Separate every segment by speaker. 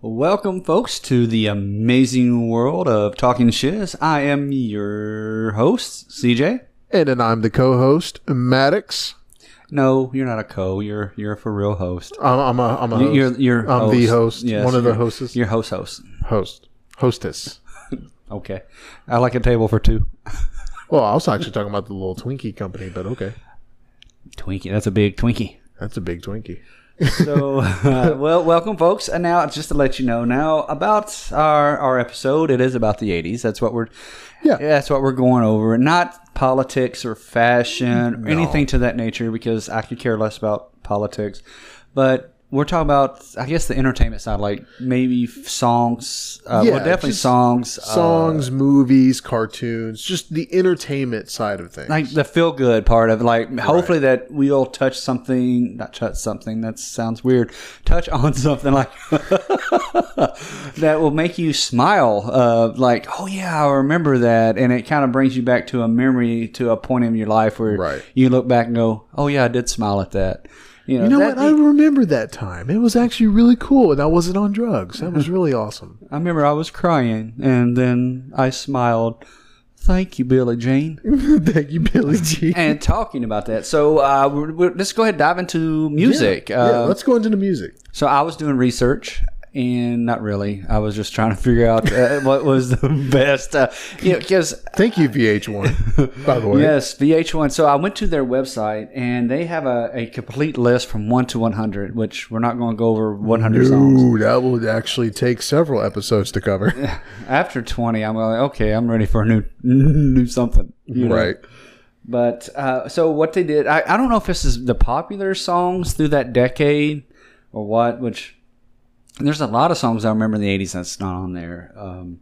Speaker 1: Welcome, folks, to the amazing world of talking shiz. I am your host, CJ.
Speaker 2: And then I'm the co-host, Maddox.
Speaker 1: No, you're not a co. You're you're a for real host.
Speaker 2: I'm, I'm a, I'm a
Speaker 1: You-
Speaker 2: host.
Speaker 1: You're you're
Speaker 2: I'm the host.
Speaker 1: Yes,
Speaker 2: one of the
Speaker 1: you're-
Speaker 2: hosts.
Speaker 1: You're host host.
Speaker 2: Host. Hostess.
Speaker 1: Okay, I like a table for two.
Speaker 2: Well, I was actually talking about the little Twinkie company, but okay.
Speaker 1: Twinkie, that's a big Twinkie.
Speaker 2: That's a big Twinkie.
Speaker 1: so uh, well welcome folks and now just to let you know now about our our episode it is about the 80s that's what we're
Speaker 2: Yeah.
Speaker 1: that's what we're going over not politics or fashion or anything to that nature because i could care less about politics but we're talking about i guess the entertainment side like maybe f- songs uh,
Speaker 2: Yeah,
Speaker 1: well definitely
Speaker 2: just
Speaker 1: songs uh,
Speaker 2: Songs, movies, cartoons, just the entertainment side of things.
Speaker 1: like the feel good part of it. like hopefully that we'll touch something not touch something that sounds weird touch on something like that will make you smile uh, like oh yeah i remember that and it kind of brings you back to a memory to a point in your life where
Speaker 2: Right.
Speaker 1: you look back and go oh yeah i did smile at that you know,
Speaker 2: you know
Speaker 1: that-
Speaker 2: what? I remember that time. It was actually really cool, and I wasn't on drugs. That was really awesome.
Speaker 1: I remember i was crying and then i smiled thank you billy jane
Speaker 2: Thank you, Billy G.
Speaker 1: and talking about that so uh, we're, we're, let's go ahead and dive into music
Speaker 2: Yeah,
Speaker 1: Uh,
Speaker 2: let's go into the music.
Speaker 1: So I was doing research, and not really. I was just trying to figure out uh, what was the best. Uh, you know, because
Speaker 2: Thank you, VH1. by the way,
Speaker 1: yes, VH1. So I went to their website, and they have a, a complete list from one to one hundred, which we're not going to go over one hundred songs.
Speaker 2: Ooh, that would actually take several episodes to cover.
Speaker 1: After twenty, I'm like, okay, I'm ready for a new new something. you know?
Speaker 2: right.
Speaker 1: But uh, so what they did, I, I don't know if this is the popular songs through that decade or what, which there's a lot of songs I remember in the 80s that's not on there. Um,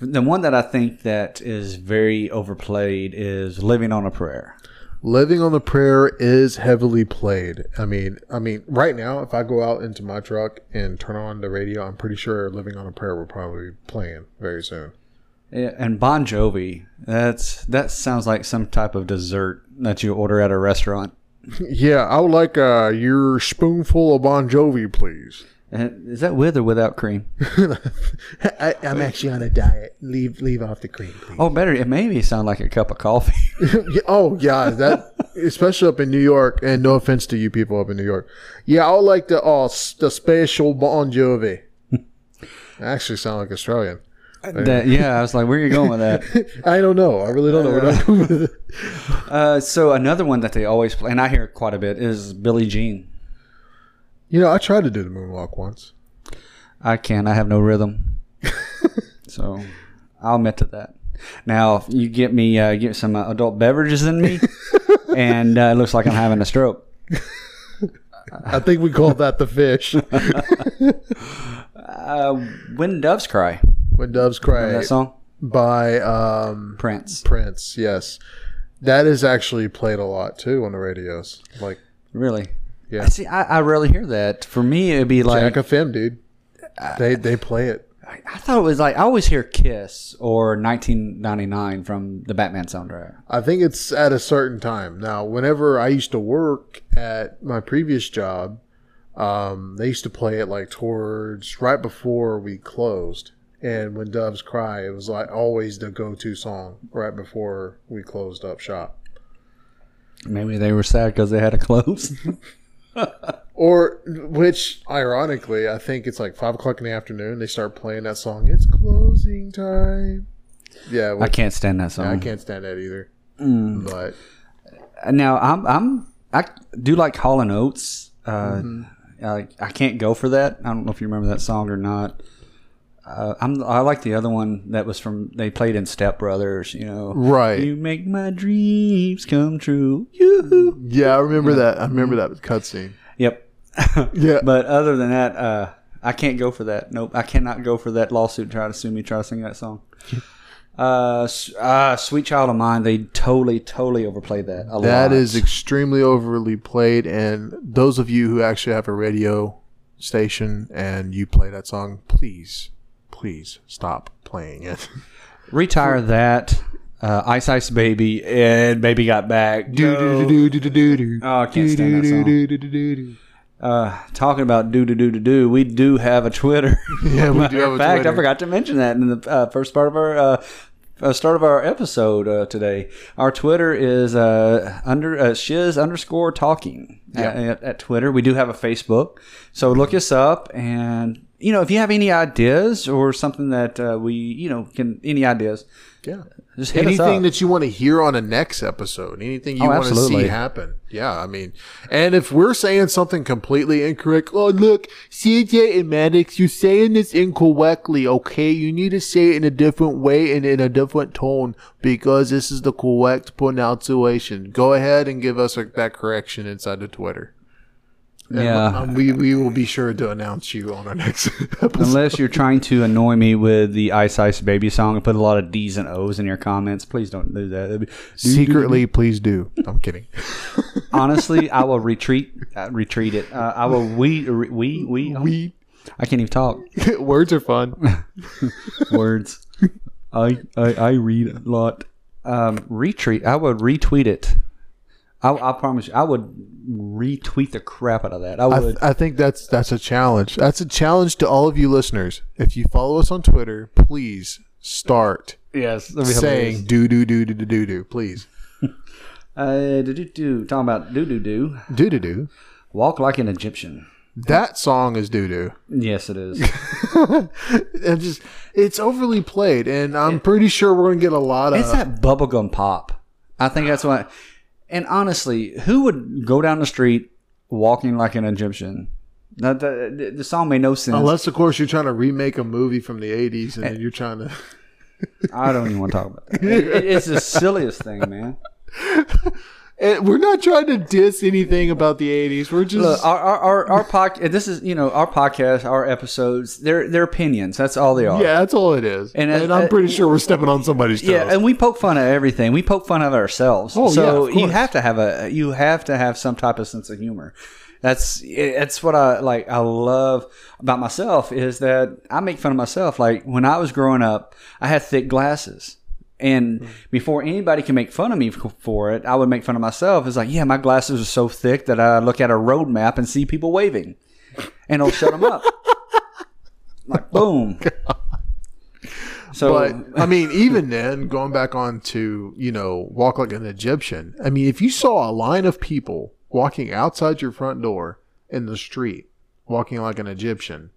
Speaker 1: the one that I think that is very overplayed is Living on a Prayer.
Speaker 2: Living on the Prayer is heavily played. I mean, I mean, right now, if I go out into my truck and turn on the radio, I'm pretty sure Living on a Prayer will probably be playing very soon.
Speaker 1: Yeah, And Bon Jovi, that's that sounds like some type of dessert that you order at a restaurant.
Speaker 2: yeah, I would like uh, your spoonful of Bon Jovi, please.
Speaker 1: And Is that with or without cream?
Speaker 2: I, I'm actually on a diet. Leave, leave off the cream, please.
Speaker 1: Oh, better. It maybe sound like a cup of coffee.
Speaker 2: Yeah, oh yeah, that especially up in New York. And no offense to you people up in New York. Yeah, I would like the oh s- the special Bon Jovi. I actually sound like Australian.
Speaker 1: That- yeah, I was like, where are you going with that?
Speaker 2: I don't know. I really don't know. what I'm doing with it.
Speaker 1: Uh, so another one that they always play, and I hear it quite a bit, is Billie Jean.
Speaker 2: You know, I tried to do the moonwalk once.
Speaker 1: I can't. I have no rhythm, so I'll admit to that. Now if you get me uh, get some uh, adult beverages in me, and uh, it looks like I'm having a stroke.
Speaker 2: I think we called that the fish.
Speaker 1: Uh, when doves cry,
Speaker 2: when doves cry
Speaker 1: that song
Speaker 2: by um,
Speaker 1: Prince.
Speaker 2: Prince. Yes, that is actually played a lot too on the radios. Like
Speaker 1: Really?
Speaker 2: Yeah.
Speaker 1: See, I, I rarely hear that. For me, it'd be like
Speaker 2: Jack FM, dude. They they play it.
Speaker 1: I thought it was like I always hear Kiss or 1999 from the Batman soundtrack.
Speaker 2: I think it's at a certain time. Now, whenever I used to work at my previous job, um, they used to play it like towards right before we closed. And when Doves Cry, it was like always the go to song right before we closed up shop.
Speaker 1: Maybe they were sad because they had to close.
Speaker 2: Or, which ironically, I think it's like five o'clock in the afternoon, they start playing that song. It's closing time. Yeah,
Speaker 1: I
Speaker 2: which,
Speaker 1: can't stand that song.
Speaker 2: I, can't stand that either. But
Speaker 1: now I'm I'm I do like Hall and Oates. Uh,
Speaker 2: Mm-hmm.
Speaker 1: I, I can't go for that. I don't know if you remember that song or not. Uh, I'm I like the other one that was from they played in Step Brothers. You know,
Speaker 2: Right.
Speaker 1: You make my dreams come true. yoo
Speaker 2: yeah, I remember that. I remember that cutscene.
Speaker 1: Yep.
Speaker 2: Yeah.
Speaker 1: But other than that, uh, I can't go for that. Nope, I cannot go for that lawsuit. Try to sue me. Try to sing that song. Uh, s- uh, sweet child of mine. They totally, totally overplayed that. A
Speaker 2: That
Speaker 1: lot.
Speaker 2: is extremely overly played, and those of you who actually have a radio station and you play that song, please, please stop playing it.
Speaker 1: Retire that. Uh, Ice Ice Baby and Baby Got Back. No.
Speaker 2: do Oh, do do do do do do.
Speaker 1: Oh, I can't stand that song.
Speaker 2: do do do do.
Speaker 1: Uh, talking about do do do do do, we do have a Twitter.
Speaker 2: Yeah, we do
Speaker 1: Matter
Speaker 2: have
Speaker 1: of
Speaker 2: a
Speaker 1: fact, I
Speaker 2: Twitter.
Speaker 1: forgot to mention that in the uh, first part of our uh, uh, start of our episode uh, today. Our Twitter is uh, under uh, shiz underscore talking at, at, at Twitter. We do have a Facebook, so look us up and. You know, if you have any ideas or something that uh, we, you know, can any ideas,
Speaker 2: Yeah.
Speaker 1: just hit us up.
Speaker 2: Anything that you want to hear on the next episode, anything you
Speaker 1: Oh,
Speaker 2: want to see
Speaker 1: absolutely.
Speaker 2: happen. Yeah, I mean, and if we're saying something completely incorrect, oh, look, CJ and Maddox, you're saying this incorrectly, okay? You need to say it in a different way and in a different tone because this is the correct pronunciation. Go ahead and give us that correction inside of Twitter. And
Speaker 1: Yeah.
Speaker 2: um, we, we will be sure to announce you on our next episode.
Speaker 1: Unless you're trying to annoy me with the Ice Ice Baby song and put a lot of D's and O's in your comments, please don't do that. That'd be-
Speaker 2: Secretly, please do. I'm kidding.
Speaker 1: Honestly, I will retreat. Uh, retreat it. Uh, I will we re- we we oh,
Speaker 2: We
Speaker 1: I can't even talk
Speaker 2: words are fun.
Speaker 1: words. I, I I read a lot. Um, retreat. I would retweet it. I, I promise you, I would retweet the crap out of that. I
Speaker 2: I,
Speaker 1: would.
Speaker 2: I think that's that's a challenge. That's a challenge to all of you listeners. If you follow us on Twitter, please start
Speaker 1: yes. That'd be hilarious.
Speaker 2: saying do do do do do do do. Please
Speaker 1: Uh, do do do. Talking about do do do.
Speaker 2: do do do.
Speaker 1: Walk like an Egyptian.
Speaker 2: That song is doo doo.
Speaker 1: Yes, it is.
Speaker 2: And just it's overly played, and I'm pretty sure we're gonna get a lot of.
Speaker 1: It's that bubblegum pop. I think that's what. And honestly, who would go down the street walking like an Egyptian? That, that- the, the song made no sense.
Speaker 2: Unless, of course, you're trying to remake a movie from the '80s,
Speaker 1: Eh.
Speaker 2: and then you're trying to.
Speaker 1: I don't even want to talk about that. It- it- it's the silliest thing, man.
Speaker 2: And we're not trying to diss anything about the '80s. We're just
Speaker 1: Look, our our our, our podcast. This is you know our podcast, our episodes. They're they're opinions. That's all they are.
Speaker 2: yeah, that's all it is.
Speaker 1: And,
Speaker 2: And,
Speaker 1: uh,
Speaker 2: I'm
Speaker 1: uh,
Speaker 2: pretty sure we're stepping on somebody's toes.
Speaker 1: Yeah, and we poke fun at everything. We poke fun at ourselves.
Speaker 2: Oh,
Speaker 1: so
Speaker 2: yeah, of
Speaker 1: you
Speaker 2: course.
Speaker 1: have to have a you have to have some type of sense of humor. That's that's what I like. I love about myself is that I make fun of myself. Like when I was growing up, I had thick glasses, and
Speaker 2: Mm-hmm.
Speaker 1: before anybody can make fun of me f- for it, I would make fun of myself. It's like, yeah, my glasses are so thick that I look at a road map and see people waving, and I'll shut them up. Like boom. So
Speaker 2: Oh, But I mean, even then, going back on to you know walk like an Egyptian. I mean, if you saw a line of people walking outside your front door in the street, walking like an Egyptian,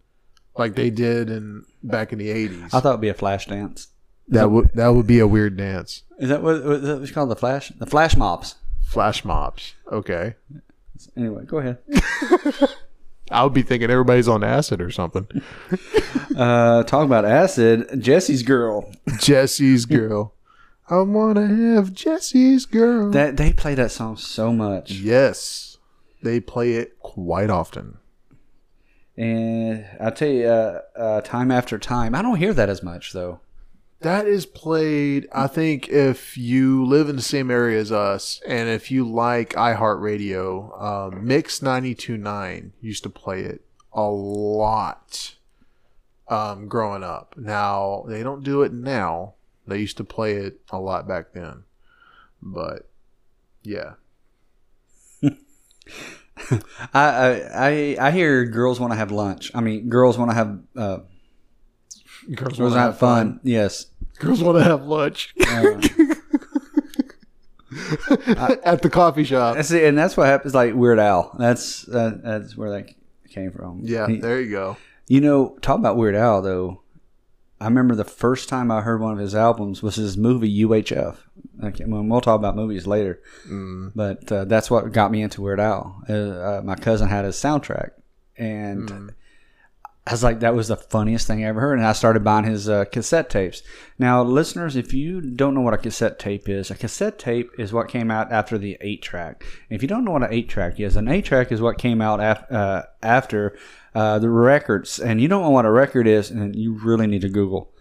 Speaker 2: like they did in back in the eighties,
Speaker 1: I thought it'd be a flash dance.
Speaker 2: that would that would be a weird dance.
Speaker 1: Is that what, what that was called? The flash, the flash mobs.
Speaker 2: Flash mobs. Okay,
Speaker 1: Anyway, go ahead.
Speaker 2: I would be thinking everybody's on acid or something.
Speaker 1: Uh, talk about acid. Jesse's girl.
Speaker 2: Jesse's girl. I wanna have Jesse's girl.
Speaker 1: That they play that song so much,
Speaker 2: yes, they play it quite often.
Speaker 1: and I tell you, uh, uh, time after time, I don't hear that as much though.
Speaker 2: That is played, I think, if you live in the same area as us and if you like iHeartRadio, um, Mix 92.9 used to play it a lot um, growing up. Now, they don't do it now. They used to play it a lot back then. But, yeah.
Speaker 1: I I I, I hear girls want to have lunch. I mean, girls want to have uh,
Speaker 2: Girls
Speaker 1: girls want to have fun. Yes.
Speaker 2: Girls want to have lunch
Speaker 1: Uh,
Speaker 2: at the coffee shop.
Speaker 1: that's it, Uh, and that's what happens. Like Weird Al. That's uh, that's where that came from.
Speaker 2: Yeah,
Speaker 1: He-
Speaker 2: there you go.
Speaker 1: You know, talk about Weird Al though. I remember the first time I heard one of his albums was his movie UHF. Okay, well, we'll talk about movies later,
Speaker 2: Mm.
Speaker 1: but uh, that's what got me into Weird Al. Uh, uh, my cousin had his soundtrack, and
Speaker 2: Hmm.
Speaker 1: I was like, that was the funniest thing I ever heard. And I started buying his uh, cassette tapes. Now, listeners, if you don't know what a cassette tape is, a cassette tape is what came out after the 8 track. If you don't know what an 8 track is, an 8 track is what came out af- uh, after uh, the records. And you don't know what a record is, and you really need to Google.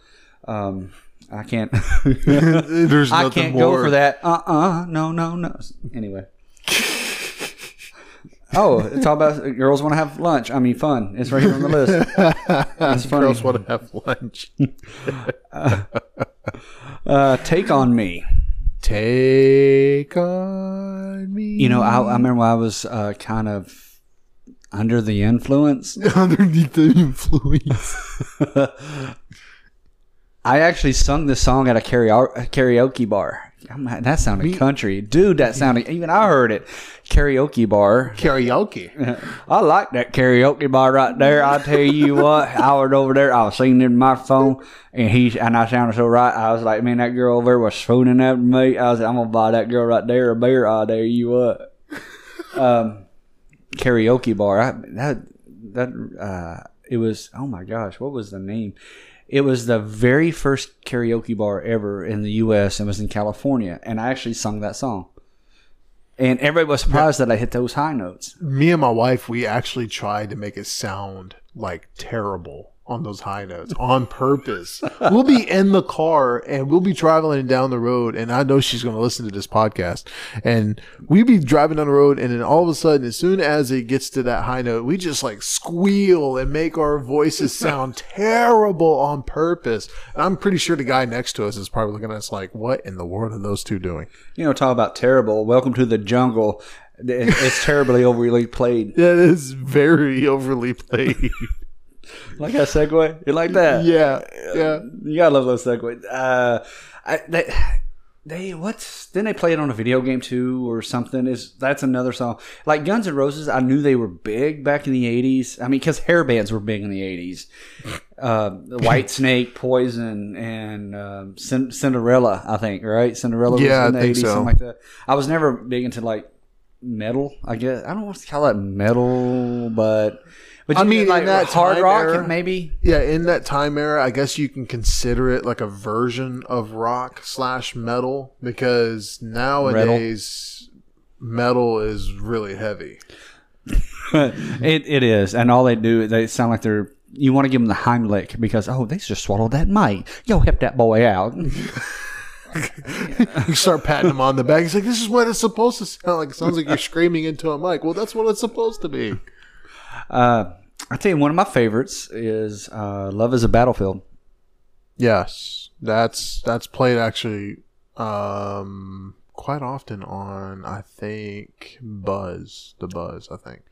Speaker 1: Um, I can't.
Speaker 2: There's
Speaker 1: I can't go for that. Uh uh No, no, no. Anyway. oh, talk about girls want to have lunch. I mean, fun. It's right here on the list. funny.
Speaker 2: Girls want to have lunch.
Speaker 1: Uh, Take on me.
Speaker 2: Take on me.
Speaker 1: You know, I, I remember when I was uh, kind of Under the influence.
Speaker 2: underneath the influence.
Speaker 1: I actually sung this song at a karaoke, uh, karaoke bar. I'm like, that sounded country, dude. That sounded even I heard it. Karaoke bar.
Speaker 2: Karaoke.
Speaker 1: I like that karaoke bar right there. I tell you what, I was over there. I was singing in my phone, and he and I sounded so right. I was like, man, that girl over there was swooning after me. I was, like, I'm gonna buy that girl right there a beer. I tell you what, um, karaoke bar. I, that that uh, it was. Oh my gosh, what was the name? It was the very first karaoke bar ever in the U.S. and was in California, and I actually sung that song. And everybody was surprised that I hit those high notes.
Speaker 2: Me and my wife, we actually tried to make it sound like terrible on those high notes on purpose. we'll be in the car and we'll be traveling down the road, and I know she's going to listen to this podcast. And we be driving down the road, and then all of a sudden, as soon as it gets to that high note, we just like squeal and make our voices sound terrible on purpose. And I'm pretty sure the guy next to us is probably looking at us like, "What in the world are those two doing?"
Speaker 1: You know, talk about terrible. Welcome to the jungle. It- It's terribly overly played.
Speaker 2: That is very overly played.
Speaker 1: Like a segue, you like that?
Speaker 2: yeah, yeah.
Speaker 1: you gotta love those segues. Uh, I, they, they what's then they play it on a video game too or something. Is that's another song like Guns N' Roses? I knew they were big back in the eighties. I mean, because hair bands were big in the eighties. Uh, White Snake, Poison, and um, Cin- Cinderella. I think right, Cinderella.
Speaker 2: Yeah,
Speaker 1: was in the
Speaker 2: I think
Speaker 1: 80s,
Speaker 2: so.
Speaker 1: Something like that. I was never big into like metal. I guess I don't want to call it metal, but. But
Speaker 2: I
Speaker 1: you
Speaker 2: mean, in
Speaker 1: like
Speaker 2: that
Speaker 1: hard
Speaker 2: time
Speaker 1: rock,
Speaker 2: era-
Speaker 1: maybe.
Speaker 2: Yeah, in that time era, I guess you can consider it like a version of rock slash metal because nowadays metal is really heavy.
Speaker 1: it, it is, and all they do they sound like they're. You want to give them the Heimlich because oh they just swallowed that mic. Yo, help that boy out.
Speaker 2: You start patting him on the back. He's like, "This is what it's supposed to sound like." It sounds like you're screaming into a mic. Well, that's what it's supposed to be.
Speaker 1: Uh, I tell you, one of my favorites is uh, "Love Is a Battlefield."
Speaker 2: Yes, that's that's played actually um, quite often on I think Buzz, the Buzz, I think.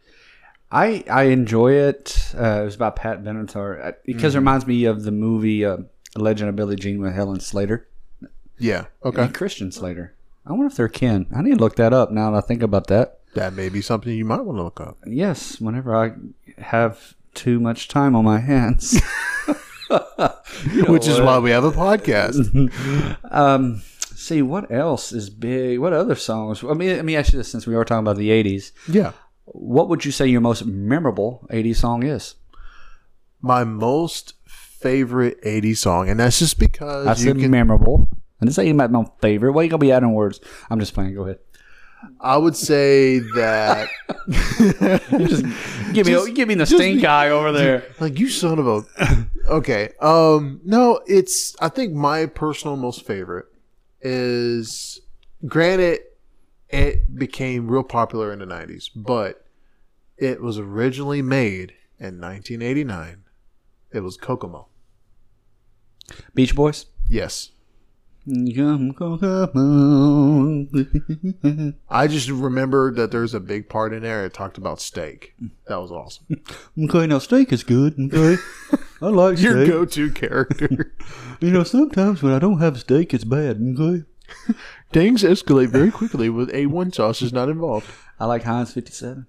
Speaker 1: I I enjoy it. Uh, it was by Pat Benatar Uh, because it reminds me of the movie uh, "Legend of Billie Jean" with Helen Slater
Speaker 2: Yeah. Okay.
Speaker 1: and Christian Slater. I wonder if they're kin. I need to look that up now that I think about that.
Speaker 2: That may be something you might want to look up.
Speaker 1: Yes, whenever I have too much time on my hands. You know
Speaker 2: Which is
Speaker 1: what?
Speaker 2: why we have a podcast.
Speaker 1: Um, see what else is big. What other songs? I mean, let me ask you this: since we are talking about the '80s,
Speaker 2: yeah.
Speaker 1: what would you say your most memorable '80s song is?
Speaker 2: My most favorite 80s song, and that's just because
Speaker 1: I
Speaker 2: you
Speaker 1: said
Speaker 2: can,
Speaker 1: memorable. And this ain't about my favorite. Why you gonna be adding words? I'm just playing. Go ahead.
Speaker 2: I would say that
Speaker 1: Give me, give me the stink eye over there.
Speaker 2: like you son of a okay. Um no, it's I think my personal most favorite is granted it became real popular in the 90s, but it was originally made in 1989. It was Kokomo.
Speaker 1: Beach Boys.
Speaker 2: Yes.
Speaker 1: Come, come, come.
Speaker 2: I just remember that there's a big part in there. It talked about steak. That was awesome.
Speaker 1: Okay, now steak is good. Okay, I like steak.
Speaker 2: Your go-to character.
Speaker 1: You know, sometimes when I don't have steak, it's bad. Okay.
Speaker 2: Things escalate very quickly with A1 sauce is not involved.
Speaker 1: I like Heinz 57.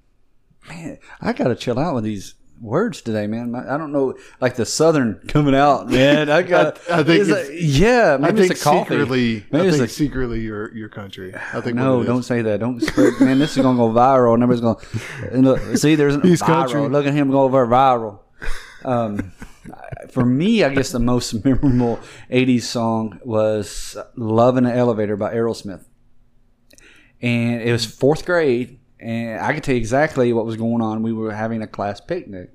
Speaker 1: Man, I got to chill out with these words today, man. My, I don't know, like the Southern coming out, man. I got,
Speaker 2: I think
Speaker 1: it's
Speaker 2: it's-
Speaker 1: a- yeah, maybe
Speaker 2: I think
Speaker 1: it's a coffee.
Speaker 2: secretly,
Speaker 1: Maybe
Speaker 2: I
Speaker 1: it's
Speaker 2: think
Speaker 1: a-
Speaker 2: secretly your your country. I think what
Speaker 1: No,
Speaker 2: it is.
Speaker 1: don't say that. Don't spread, man. This is gonna go viral, and everybody's gonna and look, see. There's an
Speaker 2: He's
Speaker 1: viral.
Speaker 2: country.
Speaker 1: Look at him go over viral. Um, for me, I guess the most memorable '80s song was "Love in an Elevator" by Aerosmith, and it was fourth grade, and I could tell you exactly what was going on. We were having a class picnic.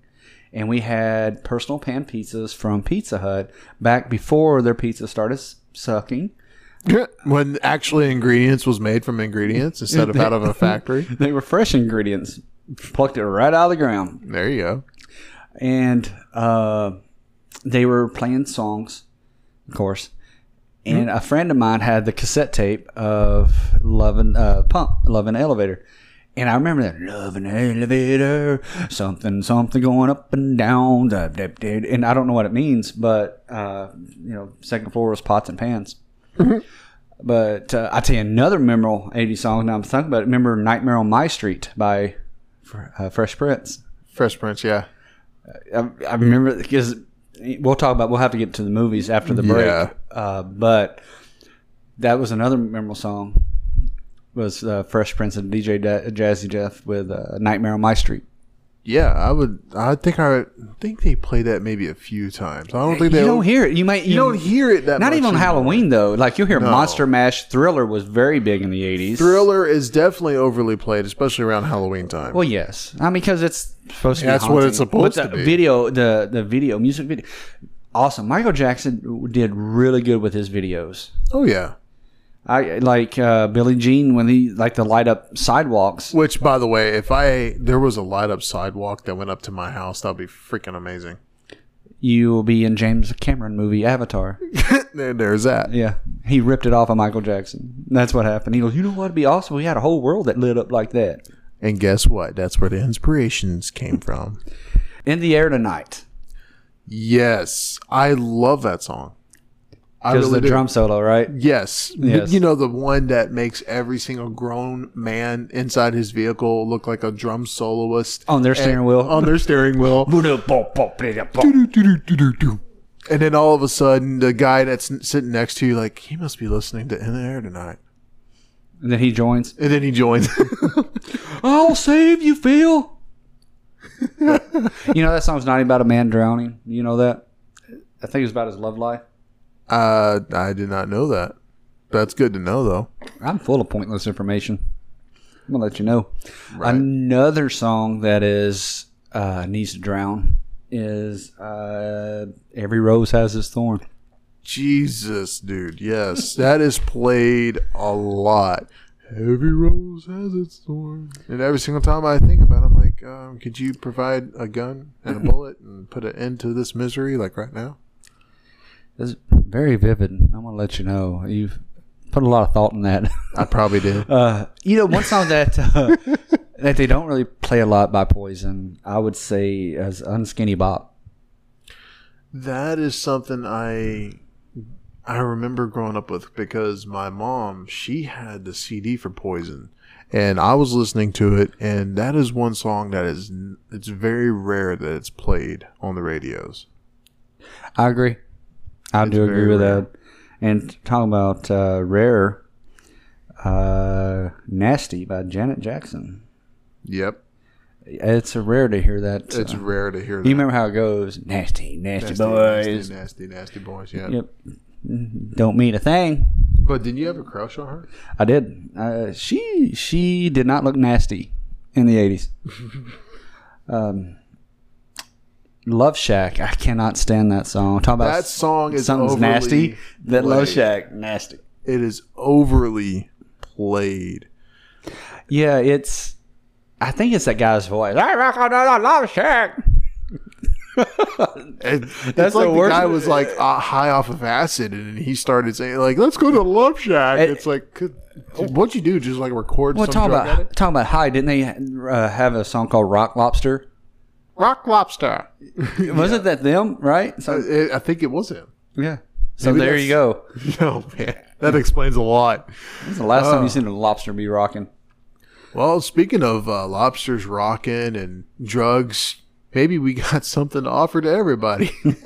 Speaker 1: And we had personal pan pizzas from Pizza Hut back before their pizza started s- sucking.
Speaker 2: when actually ingredients was made from ingredients instead of out of a factory.
Speaker 1: They were fresh ingredients, plucked it right out of the ground,
Speaker 2: There you go.
Speaker 1: and uh, they were playing songs, of course. And a friend of mine had the cassette tape of "Loving uh, Pump," "Loving Elevator," And I remember that love an elevator, something, something going up and down. da, da, da," And I don't know what it means, but, uh, you know, second floor was pots and pans. but uh, I tell you another memorable 80s song now I'm thinking about it. Remember Nightmare on My Street by uh, Fresh Prince?
Speaker 2: Fresh Prince, yeah.
Speaker 1: I, I remember because we'll talk about we'll have to get to the movies after the break.
Speaker 2: Yeah.
Speaker 1: Uh, but that was another memorable song was uh, Fresh Prince and DJ da- Jazzy Jeff with uh, Nightmare on My Street.
Speaker 2: Yeah, I would. I think I think they played that maybe a few times. I don't
Speaker 1: You
Speaker 2: think they.
Speaker 1: don't hear it. You might
Speaker 2: you don't hear it that
Speaker 1: not
Speaker 2: much
Speaker 1: even on
Speaker 2: anymore.
Speaker 1: Halloween though. Like you'll hear
Speaker 2: No.
Speaker 1: Monster Mash. Thriller was very big in the eighties.
Speaker 2: Thriller is definitely overly played, especially around Halloween time.
Speaker 1: Well, yes. I mean, because it's supposed to.
Speaker 2: That's
Speaker 1: be
Speaker 2: what
Speaker 1: haunting.
Speaker 2: it's supposed
Speaker 1: But
Speaker 2: to
Speaker 1: the
Speaker 2: be.
Speaker 1: Video, the the video, music video, awesome. Michael Jackson did really good with his videos.
Speaker 2: oh yeah.
Speaker 1: I like uh, Billy Jean when he like the light up sidewalks.
Speaker 2: Which, by the way, if I there was a light up sidewalk that went up to my house, that'd be freaking amazing.
Speaker 1: You will be in James Cameron movie Avatar.
Speaker 2: there, there's that.
Speaker 1: Yeah, he ripped it off of Michael Jackson. That's what happened. He goes, you know what? It'd be awesome. We had a whole world that lit up like that.
Speaker 2: And guess what? That's where the inspirations came from.
Speaker 1: In the air tonight
Speaker 2: yes, I love that song. I
Speaker 1: because
Speaker 2: really
Speaker 1: the
Speaker 2: do.
Speaker 1: drum solo, right?
Speaker 2: Yes.
Speaker 1: Yes.
Speaker 2: You know, the one that makes every single grown man inside his vehicle look like a drum soloist.
Speaker 1: On their
Speaker 2: And-
Speaker 1: steering wheel.
Speaker 2: On their steering wheel. And then all of a sudden, the guy that's n- sitting next to you, like, he must be listening to In the Air Tonight.
Speaker 1: And then he joins.
Speaker 2: And then he joins.
Speaker 1: I'll save you, Phil. you know that song's not about a man drowning. You know that? I think it was about his love life.
Speaker 2: uh, I did not know that. That's good to know, though.
Speaker 1: I'm full of pointless information. I'm gonna let you know. Another song that is uh, needs to drown is uh, "Every Rose Has Its Thorn."
Speaker 2: Jesus, dude. Yes. that is played a lot. Every rose has its thorn. And every single time I think about it, I'm like, um, could you provide a gun and a bullet and put an end to this misery like right now?
Speaker 1: It's very vivid. I'm gonna let you know you've put a lot of thought in that.
Speaker 2: I probably did.
Speaker 1: Uh, you know, one song that uh, that they don't really play a lot by Poison, I would say, is "Unskinny Bop."
Speaker 2: That is something I I remember growing up with because my mom, she had the CD for Poison and I was listening to it and that is one song that is n- it's very rare that it's played on the radios.
Speaker 1: I agree. I do
Speaker 2: very
Speaker 1: agree with
Speaker 2: rare.
Speaker 1: that. And talking about uh, rare, uh, "Nasty" by Janet Jackson.
Speaker 2: Yep.
Speaker 1: It's a rare to hear that.
Speaker 2: It's
Speaker 1: uh,
Speaker 2: rare to hear that.
Speaker 1: you remember how it goes? Nasty, nasty,
Speaker 2: nasty,
Speaker 1: boys.
Speaker 2: nasty, nasty, nasty boys. Yeah.
Speaker 1: Yep. Don't mean a thing.
Speaker 2: But did you have a crush on her?
Speaker 1: I did. Uh, she she did not look nasty in the eighties. um, Love Shack. I cannot stand that song. Talk about
Speaker 2: That song is
Speaker 1: something's
Speaker 2: overly
Speaker 1: nasty. That Love
Speaker 2: played.
Speaker 1: Shack nasty.
Speaker 2: It is overly played.
Speaker 1: Yeah, it's. I think it's that guy's voice. I rock on a Love Shack.
Speaker 2: It,
Speaker 1: That's
Speaker 2: it's like
Speaker 1: the
Speaker 2: the,
Speaker 1: worst-
Speaker 2: guy was like uh, high off of acid, and he started saying like, "Let's go to Love Shack."
Speaker 1: It-
Speaker 2: it's like, could, what'd you do? Just like record
Speaker 1: Well,
Speaker 2: some
Speaker 1: talking
Speaker 2: drug
Speaker 1: about
Speaker 2: addict?
Speaker 1: talking about high. Didn't they uh, have a song called Rock Lobster?
Speaker 2: Rock Lobster.
Speaker 1: Wasn't that them? Right.
Speaker 2: Uh,
Speaker 1: So
Speaker 2: it- I think it was him.
Speaker 1: yeah. So
Speaker 2: Maybe
Speaker 1: there
Speaker 2: that's-
Speaker 1: you go.
Speaker 2: No man, that explains a lot.
Speaker 1: That's the last time you seen a lobster be rocking.
Speaker 2: Well, speaking of uh, lobsters rocking and drugs, maybe we got something to offer to everybody.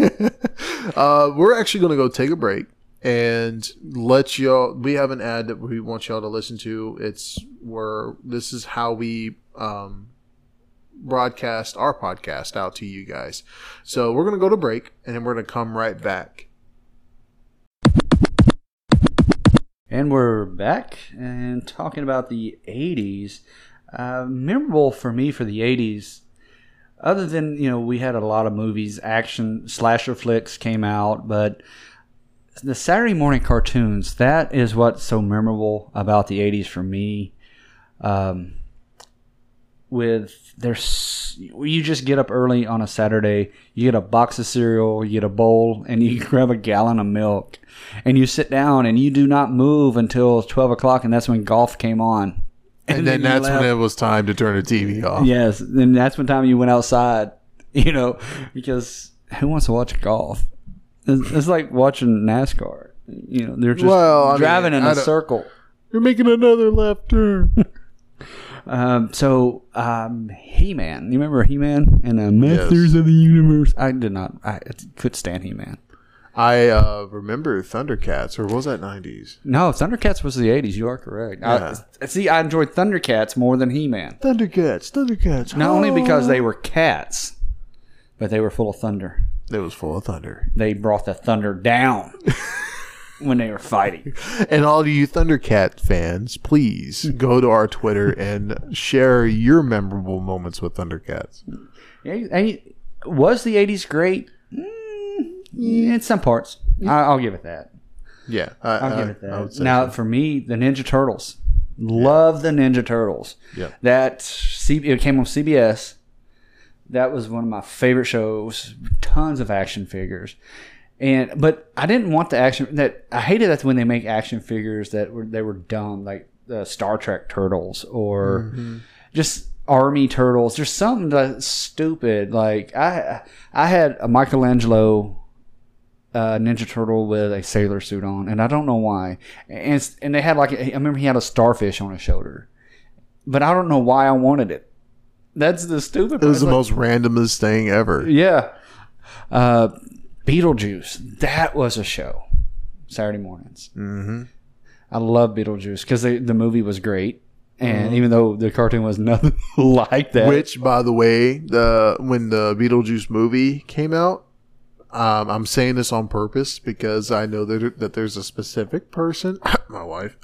Speaker 2: uh, we're actually going to go take a break and let y'all. We have an ad that we want y'all to listen to. It's where this is how we um, broadcast our podcast out to you guys. So we're going to go to break and then we're going to come right back.
Speaker 1: And we're back and talking about the 80s. Uh, memorable for me for the 80s, other than, you know, we had a lot of movies, action, slasher flicks came out, but the Saturday morning cartoons, that is what's so memorable about the 80s for me. Um, with there's you just get up early on a Saturday, you get a box of cereal, you get a bowl, and you grab a gallon of milk, and you sit down and you do not move until twelve o'clock, and that's when golf came on.
Speaker 2: And, then
Speaker 1: you
Speaker 2: that's when
Speaker 1: left.
Speaker 2: it was time to turn the TV off.
Speaker 1: Yes, and that's when time you went outside, you know, because who wants to watch golf? It's, it's like watching NASCAR. You know, they're just
Speaker 2: Well, I mean,
Speaker 1: driving in
Speaker 2: I
Speaker 1: a
Speaker 2: don't-
Speaker 1: circle.
Speaker 2: You're making another left turn.
Speaker 1: Um, so, um, He Man. You remember He Man and uh, Masters
Speaker 2: Yes.
Speaker 1: of the Universe? I did not. I could stand He Man.
Speaker 2: I uh, remember Thundercats, or was that 90s?
Speaker 1: No, Thundercats was the '80s. You are correct. I, see, I enjoyed Thundercats more than He Man,
Speaker 2: Thundercats, Thundercats. ah.
Speaker 1: not only
Speaker 2: Oh.
Speaker 1: because they were cats, but they were full of thunder.
Speaker 2: it was full of thunder.
Speaker 1: they brought the thunder down when they were fighting.
Speaker 2: And all you Thundercat fans, please go to our Twitter and share your memorable moments with Thundercats.
Speaker 1: Hey, hey, Was the '80s great? Mm, yeah, in some parts, I, I'll give it that.
Speaker 2: Yeah, I,
Speaker 1: I'll give
Speaker 2: I-
Speaker 1: it
Speaker 2: Uh, I would
Speaker 1: that.
Speaker 2: say
Speaker 1: Now, for me, the Ninja Turtles. Love the Ninja Turtles.
Speaker 2: Yeah.
Speaker 1: That C- it came on CBS. That was one of my favorite shows. Tons of action figures. And but I didn't want the action that I hated that when they make action figures that were they were dumb like the Star Trek Turtles or
Speaker 2: Mm-hmm.
Speaker 1: just Army Turtles. There's something that's stupid. Like I I had a Michelangelo uh, Ninja Turtle with a sailor suit on, and I don't know why. And it's- and they had like I remember he had a starfish on his shoulder, but I don't know why I wanted it. That's the stupid.
Speaker 2: it was the
Speaker 1: part.
Speaker 2: most randomest thing ever.
Speaker 1: yeah. Uh, Beetlejuice. That was a show. Saturday mornings.
Speaker 2: hmm
Speaker 1: I love Beetlejuice because the movie was great, and even though the cartoon was nothing like that,
Speaker 2: Mm-hmm. Which, by the way, the when the Beetlejuice movie came out, um, I'm saying this on purpose because I know that that there's a specific person, my wife,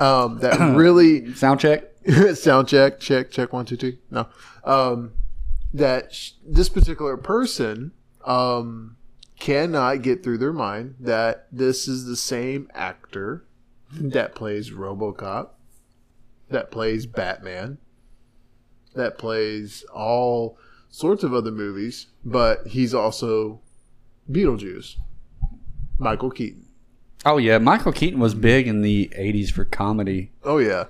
Speaker 2: um, that really
Speaker 1: sound check.
Speaker 2: sound check, check, check one, two, two. No, um, that sh- this particular person um, cannot get through their mind that this is the same actor that plays RoboCop, that plays Batman, that plays all sorts of other movies, but he's also Beetlejuice, Michael Keaton.
Speaker 1: Oh yeah, Michael Keaton was big in the '80s for comedy.
Speaker 2: Oh yeah,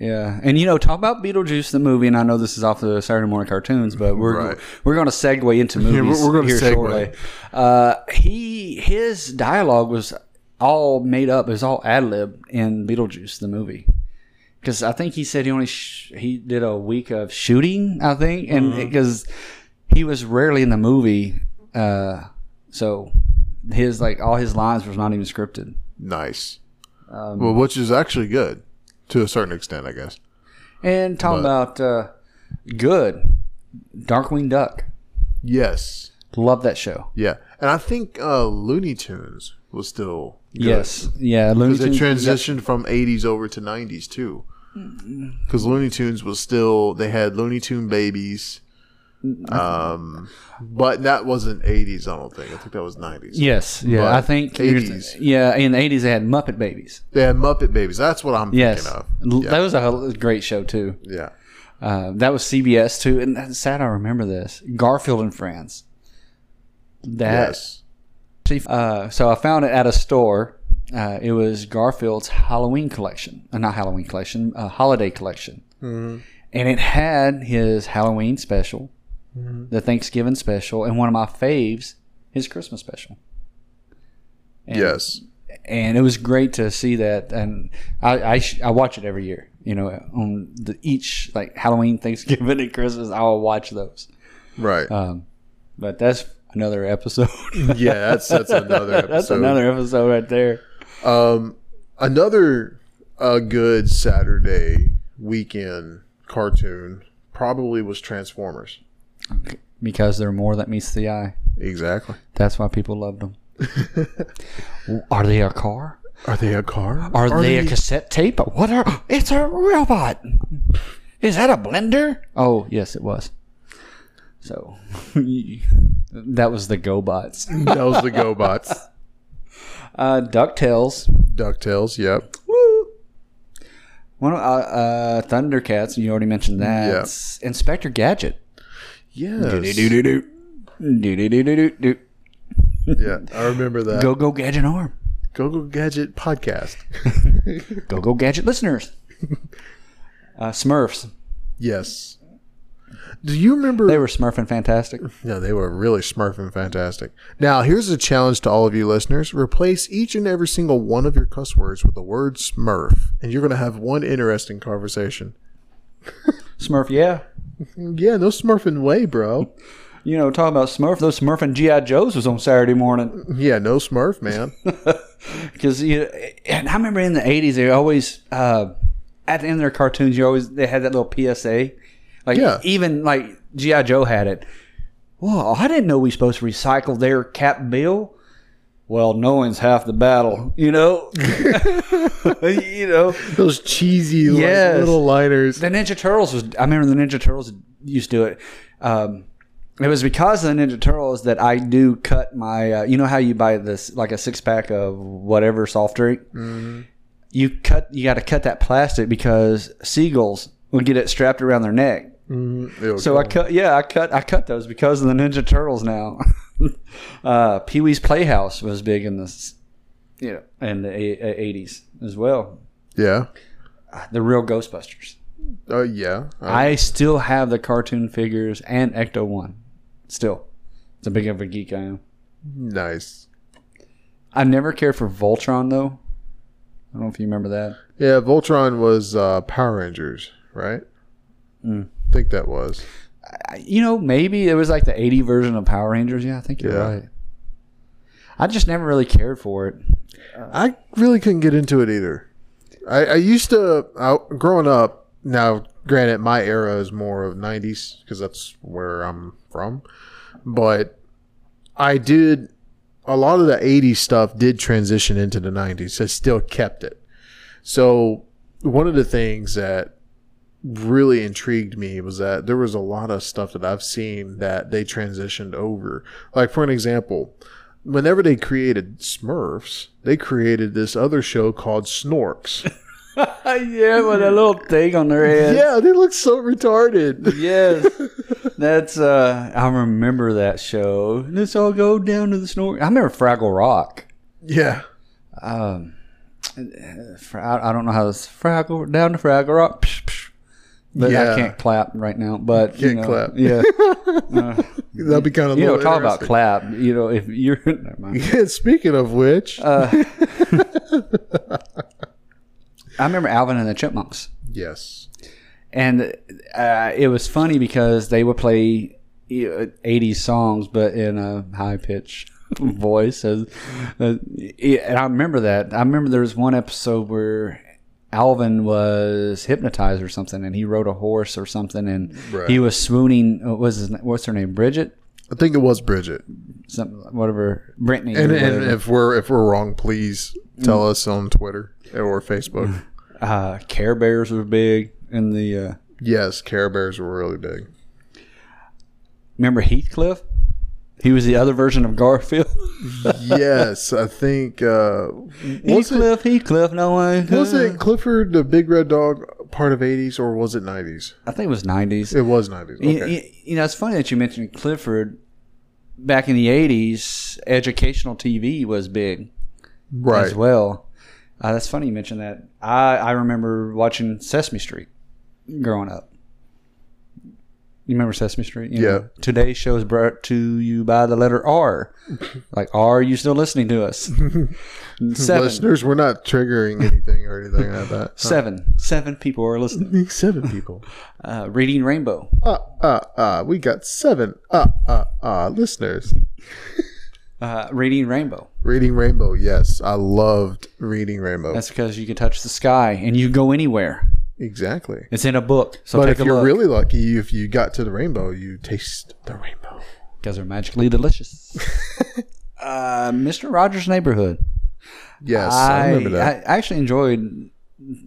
Speaker 1: Yeah, and you know, talk about Beetlejuice the movie, and I know this is off the Saturday morning cartoons, but we're
Speaker 2: Right.
Speaker 1: we're going to segue into movies
Speaker 2: we're- we're gonna
Speaker 1: here
Speaker 2: segue.
Speaker 1: shortly. Uh, he his dialogue was all made up, it was all ad lib in Beetlejuice the movie, because I think he said he only sh- he did a week of shooting, I think, and
Speaker 2: Mm-hmm.
Speaker 1: because he was rarely in the movie, uh, so his like all his lines was not even scripted.
Speaker 2: nice. well, which is actually good to a certain extent, I guess.
Speaker 1: And talking about uh, good, Darkwing Duck.
Speaker 2: Yes.
Speaker 1: Love that show.
Speaker 2: Yeah. And I think uh, Looney Tunes was still.
Speaker 1: Yes. Yeah. Looney
Speaker 2: Because it
Speaker 1: Tunes.
Speaker 2: transitioned from 80s over to 90s too. Because Looney Tunes was still. They had Looney Tune babies. Um, but that wasn't 80s, I don't think. I think that was 90s.
Speaker 1: Yes. Yeah.
Speaker 2: But
Speaker 1: I think. you're-
Speaker 2: 80s.
Speaker 1: Yeah. In the 80s, they had Muppet Babies.
Speaker 2: They had Muppet Babies. That's what I'm
Speaker 1: Yes.
Speaker 2: thinking of.
Speaker 1: L-
Speaker 2: Yeah.
Speaker 1: That was a hell- great show, too.
Speaker 2: Yeah.
Speaker 1: Uh, that was CBS, too. And that's sad I remember this. Garfield and Friends. That
Speaker 2: Yes.
Speaker 1: She- Uh, so I found it at a store. Uh, it was Garfield's Halloween collection, uh, not Halloween collection, uh, holiday collection, and it had his Halloween special, the Thanksgiving special, and one of my faves, his Christmas special. And,
Speaker 2: Yes.
Speaker 1: and it was great to see that, and I I, sh- I watch it every year. You know, on the, each like Halloween, Thanksgiving, and Christmas, I will watch those.
Speaker 2: Right.
Speaker 1: Um, but that's another episode.
Speaker 2: yeah. That's that's another. Episode.
Speaker 1: That's another episode right there.
Speaker 2: Um, another uh, good Saturday weekend cartoon probably was Transformers.
Speaker 1: Because there are more that meets the eye.
Speaker 2: Exactly.
Speaker 1: That's why people loved them. are they a car?
Speaker 2: Are they a car?
Speaker 1: Are, they, a cassette tape? What are? It's a robot. Is that a blender? Oh yes, it was. So that was the GoBots.
Speaker 2: that was the GoBots.
Speaker 1: Uh, Ducktales.
Speaker 2: Ducktales. Yep.
Speaker 1: Woo. One of, uh, uh, Thundercats. You already mentioned that.
Speaker 2: Yeah.
Speaker 1: S- Inspector Gadget.
Speaker 2: Yes.
Speaker 1: Do-do-do-do-do-do.
Speaker 2: yeah, I remember that. Go
Speaker 1: Go go gadget arm.
Speaker 2: Go Gadget podcast.
Speaker 1: Go Go Gadget listeners. Uh, Smurfs.
Speaker 2: Yes. Do you remember?
Speaker 1: They were Smurfing fantastic.
Speaker 2: no, they were really smurfing fantastic. Now, here's a challenge to all of you listeners: replace each and every single one of your cuss words with the word Smurf, and you're going to have one interesting conversation.
Speaker 1: Smurf, yeah.
Speaker 2: Yeah, no Smurfing way, bro.
Speaker 1: You know, talking about Smurf, those Smurfing G.I. Joes was on Saturday morning.
Speaker 2: Yeah, no Smurf, man.
Speaker 1: because you and I remember in the eighties they always uh, at the end of their cartoons you always they had that little PSA like
Speaker 2: Yeah.
Speaker 1: even like GI Joe had it. Whoa! I didn't know we were supposed to recycle their cap bill. Well, knowing's half the battle, you know. you know
Speaker 2: Those cheesy like,
Speaker 1: Yes.
Speaker 2: little liners.
Speaker 1: the Ninja Turtles was. I remember the Ninja Turtles used to do it. Um, it was because of the Ninja Turtles that I do cut my. Uh, you know how you buy this like a six pack of whatever soft drink. You cut. You got to cut that plastic because seagulls will get it strapped around their neck.
Speaker 2: Mm, it'll
Speaker 1: So
Speaker 2: go.
Speaker 1: I cut. Yeah, I cut. I cut those because of the Ninja Turtles. Now, uh, Pee Wee's Playhouse was big in this. You know, in the eighties as well.
Speaker 2: yeah,
Speaker 1: The real Ghostbusters.
Speaker 2: uh, yeah. I,
Speaker 1: I still have the cartoon figures and Ecto One. Still, it's a big of a geek I am.
Speaker 2: nice.
Speaker 1: I never cared for Voltron though. I don't know if you remember that.
Speaker 2: Yeah, Voltron was uh, Power Rangers, right?
Speaker 1: Mm.
Speaker 2: I think that was.
Speaker 1: I- You know, maybe it was like the '80 version of Power Rangers. Yeah, I think you're
Speaker 2: Yeah.
Speaker 1: right. I just never really cared for it.
Speaker 2: I really couldn't get into it either. I, I used to I, growing up. Now, granted, my era is more of '90s because that's where I'm from. But I did a lot of the '80s stuff did transition into the '90s. I still kept it. So one of the things that really intrigued me was that there was a lot of stuff that I've seen that they transitioned over. Like for an example, whenever they created Smurfs, they created this other show called Snorks.
Speaker 1: yeah, with a little thing on their
Speaker 2: yeah, they look so retarded.
Speaker 1: Yes, that's. uh I remember that show. Let's all go down to the snort. I remember Fraggle Rock.
Speaker 2: Yeah.
Speaker 1: um, fr- I I don't know how this Fraggle down to Fraggle Rock. Psh, psh. But
Speaker 2: Yeah.
Speaker 1: I can't clap right now. But you
Speaker 2: Can't
Speaker 1: know,
Speaker 2: clap.
Speaker 1: Yeah,
Speaker 2: That'd be kind of
Speaker 1: you know, talk about clap. You know, if you're never mind.
Speaker 2: Speaking of which,
Speaker 1: Uh, I remember Alvin and the Chipmunks,
Speaker 2: yes.
Speaker 1: and uh, it was funny because they would play you know, '80s songs, but in a high pitch voice. As, uh, and I remember that. I remember there was one episode where Alvin was hypnotized or something, and he rode a horse or something, and
Speaker 2: Right.
Speaker 1: he was swooning. uh, What was his, na- what's her name? Bridget,
Speaker 2: I think it was Bridget.
Speaker 1: something, whatever. Brittany. or
Speaker 2: And,
Speaker 1: whatever.
Speaker 2: and if we're if we're wrong, please tell us on Twitter or Facebook.
Speaker 1: uh, Care Bears were big in the. Uh,
Speaker 2: yes, Care Bears were really big.
Speaker 1: remember Heathcliff? He was the other version of Garfield.
Speaker 2: yes, I think uh, was it
Speaker 1: Heathcliff, Heathcliff, no one.
Speaker 2: was it Clifford the Big Red Dog part of '80s or was it '90s?
Speaker 1: I think it was nineties.
Speaker 2: It was '90s.
Speaker 1: You-
Speaker 2: Okay.
Speaker 1: You, you know, it's funny that you mentioned Clifford. Back in the eighties, educational TV was big
Speaker 2: right.
Speaker 1: as well. Uh, that's funny you mentioned that. I, I remember watching Sesame Street growing up. You remember Sesame Street? You know, Today's show is brought to you by the letter R. like, are you still listening to us? seven,
Speaker 2: Listeners, we're not triggering anything or anything like that.
Speaker 1: seven, seven people are listening.
Speaker 2: Huh. Seven people.
Speaker 1: Uh, Reading Rainbow.
Speaker 2: Uh, uh, uh. We got seven uh, uh, uh listeners.
Speaker 1: Uh, Reading Rainbow.
Speaker 2: Reading Rainbow. Yes, I loved Reading Rainbow.
Speaker 1: That's because you can touch the sky and you go anywhere.
Speaker 2: exactly.
Speaker 1: It's in a book, so
Speaker 2: But
Speaker 1: take
Speaker 2: if
Speaker 1: a
Speaker 2: you're
Speaker 1: look
Speaker 2: really lucky, if you got to the rainbow, you taste the rainbow.
Speaker 1: because they're magically delicious. uh, Mr. Rogers' Neighborhood.
Speaker 2: Yes, I,
Speaker 1: I,
Speaker 2: remember that.
Speaker 1: I actually enjoyed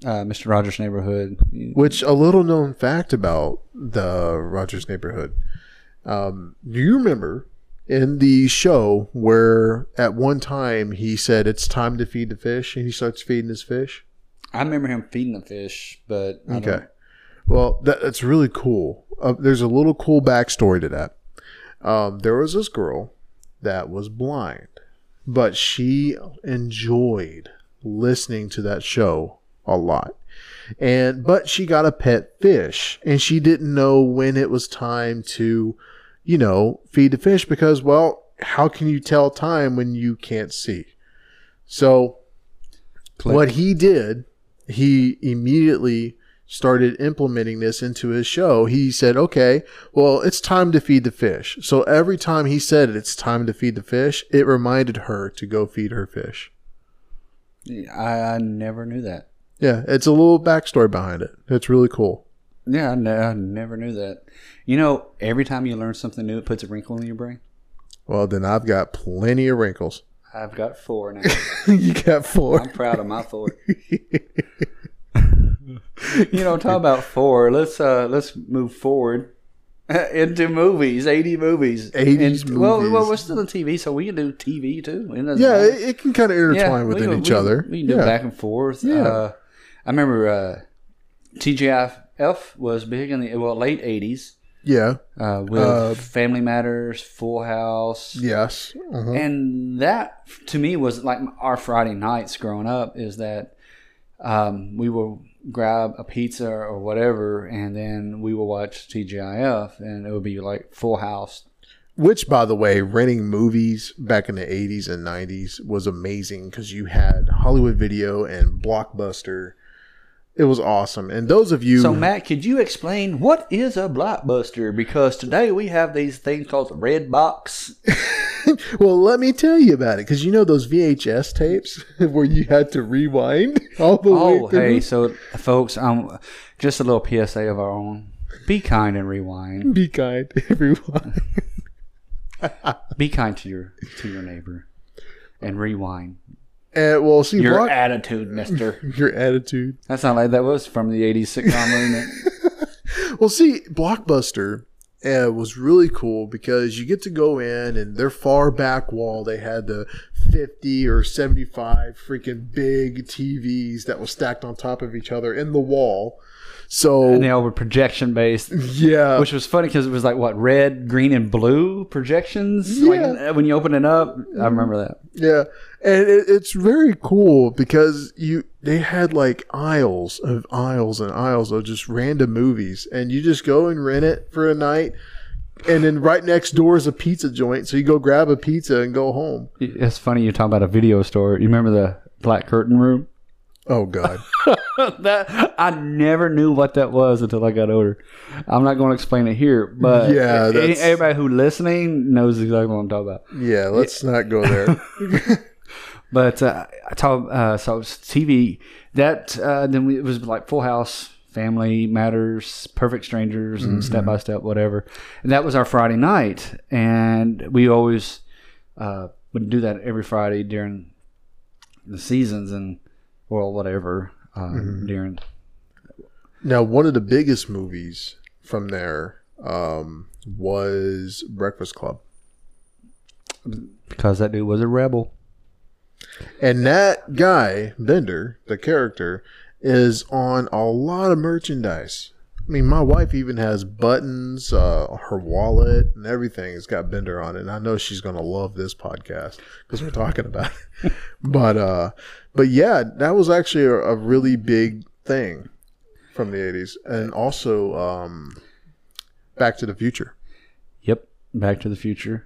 Speaker 1: uh, Mr. Rogers' Neighborhood.
Speaker 2: Which a little known fact about the Rogers neighborhood. Um, do you remember in the show where at one time he said it's time to feed the fish, and he starts feeding his fish?
Speaker 1: I remember him feeding the fish, but I
Speaker 2: Okay.
Speaker 1: don't-
Speaker 2: Well, that, that's really cool. Uh, there's a little cool backstory to that. Um, there was this girl that was blind, but she enjoyed listening to that show a lot. and but she got a pet fish and she didn't know when it was time to you know feed the fish because well how can you tell time when you can't see so
Speaker 1: Click.
Speaker 2: what he did he immediately started implementing this into his show he said okay well it's time to feed the fish so every time he said it's time to feed the fish it reminded her to go feed her fish
Speaker 1: I, I never knew that.
Speaker 2: Yeah, it's a little backstory behind it. It's really cool.
Speaker 1: Yeah, I, ne- I never knew that. You know, every time you learn something new, it puts a wrinkle in your brain.
Speaker 2: Well, then I've got plenty of wrinkles.
Speaker 1: I've got four now.
Speaker 2: you got four.
Speaker 1: I'm proud of my four. you know, talk about four. Let's uh let's move forward into movies. Eighty movies.
Speaker 2: 80s
Speaker 1: And- Well,
Speaker 2: movies.
Speaker 1: well, we're still in TV, so we can do TV too. It doesn't
Speaker 2: Yeah,
Speaker 1: matter.
Speaker 2: it, it can kind of intertwine
Speaker 1: we
Speaker 2: within
Speaker 1: can-
Speaker 2: each
Speaker 1: we can-
Speaker 2: other.
Speaker 1: We can do
Speaker 2: yeah.
Speaker 1: back and forth.
Speaker 2: Yeah.
Speaker 1: Uh, I remember uh, TGIF was big in the well late '80s
Speaker 2: yeah.
Speaker 1: uh, with
Speaker 2: Uh,
Speaker 1: Family Matters, Full House,
Speaker 2: Yes. Uh-huh.
Speaker 1: and that to me was like our Friday nights growing up. Is that um, we will grab a pizza or whatever, and then we will watch TGIF, and it would be like Full House.
Speaker 2: Which, by the way, renting movies back in the 80s and 90s was amazing because you had Hollywood Video and Blockbuster. It was awesome. And those of you.
Speaker 1: So, Matt, could you explain what is a blockbuster? Because today we have these things called the red box.
Speaker 2: well, let me tell you about it because you know those VHS tapes where you had to rewind all the
Speaker 1: Oh,
Speaker 2: way through?
Speaker 1: hey, so folks, um, just a little PSA of our own. Be kind and rewind.
Speaker 2: Be kind, everyone.
Speaker 1: Be kind to your to your neighbor, and rewind
Speaker 2: And well, see,
Speaker 1: your
Speaker 2: block,
Speaker 1: attitude, Mister.
Speaker 2: your attitude.
Speaker 1: That's not like that was from the '80s sitcom. wasn't it?
Speaker 2: Well, see, Blockbuster uh, was really cool because you get to go in and their far back wall they had the fifty or seventy five freaking big TVs that was stacked on top of each other in the wall. So
Speaker 1: And they all were projection based,
Speaker 2: yeah,
Speaker 1: which was funny because it was like what red, green, and blue projections.
Speaker 2: Yeah.
Speaker 1: Like uh, when you open it up, I remember that.
Speaker 2: Yeah, and it, it's very cool because you they had like aisles of aisles and aisles of just random movies, and you just go and rent it for a night, and then right next door is a pizza joint, so you go grab a pizza and go home.
Speaker 1: It's funny you talk about a video store. You remember the black curtain room?
Speaker 2: Oh God,
Speaker 1: that I never knew what that was until I got older. I'm not going to explain it here, but
Speaker 2: Yeah,
Speaker 1: a-
Speaker 2: that's-
Speaker 1: everybody who listening knows exactly what I'm talking about.
Speaker 2: yeah, let's not go there.
Speaker 1: But uh, I talk, uh, so it was TV that uh, then we, it was like Full House, Family Matters, Perfect Strangers, and Step by Step, whatever. And that was our Friday night, and we always uh, would do that every Friday during the seasons and well, whatever uh, during.
Speaker 2: now, one of the biggest movies from there um, was Breakfast Club,
Speaker 1: Because that dude was a rebel.
Speaker 2: and that guy Bender, the character, is on a lot of merchandise. I mean, my wife even has buttons, uh, her wallet, and everything. It's got Bender on it, and I know she's gonna love this podcast because we're talking about it. But, uh, but yeah, that was actually a, a really big thing from the '80s, and also um, Back to the Future.
Speaker 1: Yep, Back to the Future.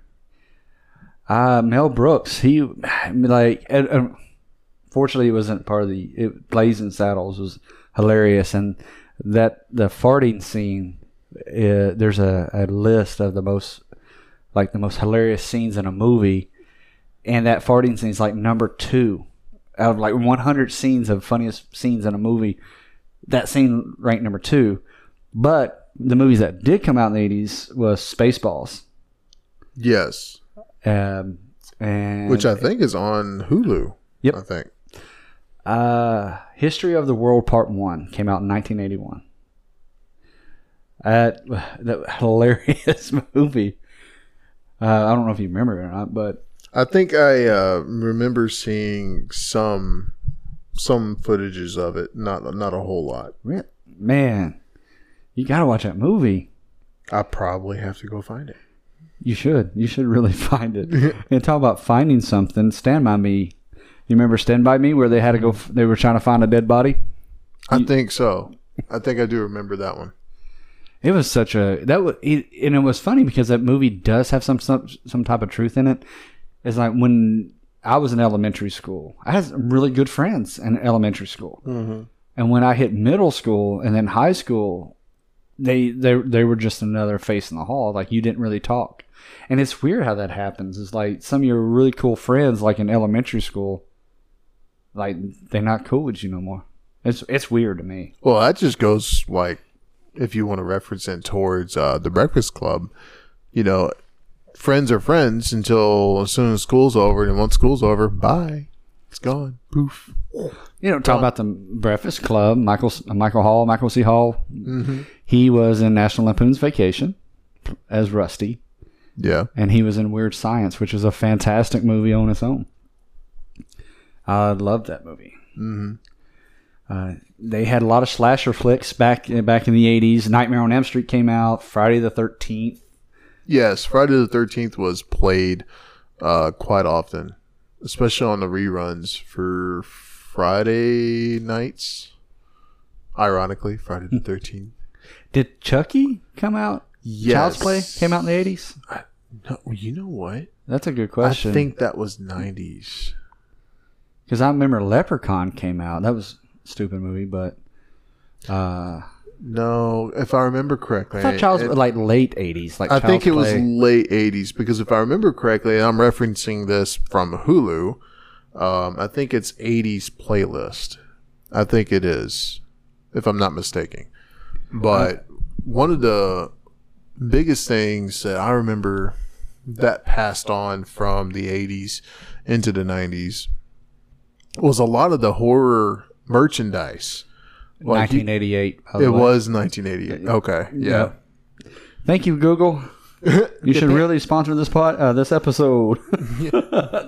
Speaker 1: Uh, Mel Brooks, he I mean, like, and, and fortunately, it wasn't part of the it, Blazing Saddles was hilarious, and that the farting scene. Uh, there's a, a list of the most like the most hilarious scenes in a movie, and that farting scene is like number two out of like 100 scenes of funniest scenes in a movie. That scene ranked number two, but the movies that did come out in the 80s was Spaceballs.
Speaker 2: Yes,
Speaker 1: Um, and
Speaker 2: which I think is on Hulu.
Speaker 1: Yep.
Speaker 2: I think.
Speaker 1: uh, History of the World Part One came out in 1981. Uh, that hilarious movie. Uh, I don't know if you remember it or not, but
Speaker 2: I think I uh, remember seeing some some footages of it, not not a whole lot.
Speaker 1: re- man, you gotta watch that movie.
Speaker 2: I probably have to go find it.
Speaker 1: You should. You should really find it. and talk about finding something. Stand by me. You remember Stand by Me, where they had to go? f- They were trying to find a dead body.
Speaker 2: I
Speaker 1: You-
Speaker 2: think so. I think I do remember that one.
Speaker 1: It was such a that was it, and it was funny because that movie does have some some some type of truth in it. It's like when I was in elementary school, I had some really good friends in elementary school,
Speaker 3: Mm-hmm.
Speaker 1: and when I hit middle school and then high school, they they they were just another face in the hall. Like you didn't really talk, and it's weird how that happens. It's like some of your really cool friends, like in elementary school, like they're not cool with you no more. It's it's weird to me.
Speaker 2: Well, that just goes like if you want to reference it towards uh, the Breakfast Club, you know, friends are friends until as soon as school's over, and then once school's over, bye, it's gone, poof.
Speaker 1: You know, talk about the Breakfast Club. Michael Michael Hall, Michael C. Hall. He was in National Lampoon's Vacation as Rusty,
Speaker 2: Yeah,
Speaker 1: and he was in Weird Science, which is a fantastic movie on its own. I love that movie. Mm-hmm. Uh, they had a lot of slasher flicks back back in the eighties. Nightmare on Elm Street came out. Friday the Thirteenth.
Speaker 2: yes. Friday the Thirteenth was played uh, quite often, especially on the reruns for Friday nights. Ironically, Friday the Thirteenth.
Speaker 1: Did Chucky come out?
Speaker 2: Yes.
Speaker 1: Child's Play came out in the eighties.
Speaker 2: No, you know what?
Speaker 1: That's a good question.
Speaker 2: I think that was nineties.
Speaker 1: Because I remember Leprechaun came out. That was a stupid movie, but uh,
Speaker 2: No, if I remember correctly,
Speaker 1: I thought Child's
Speaker 2: it-
Speaker 1: like late eighties. Like
Speaker 2: I think
Speaker 1: Child's
Speaker 2: it was
Speaker 1: Play.
Speaker 2: late '80s because if I remember correctly, and I'm referencing this from Hulu. Um, I think it's '80s playlist. I think it is, if I'm not mistaken. But one of the biggest things that I remember that passed on from the '80s into the '90s was a lot of the horror merchandise. Like you-
Speaker 1: nineteen eighty eight.
Speaker 2: it was 1988. Okay, yeah.
Speaker 1: Thank you, Google. You should really sponsor this pot, uh, this episode.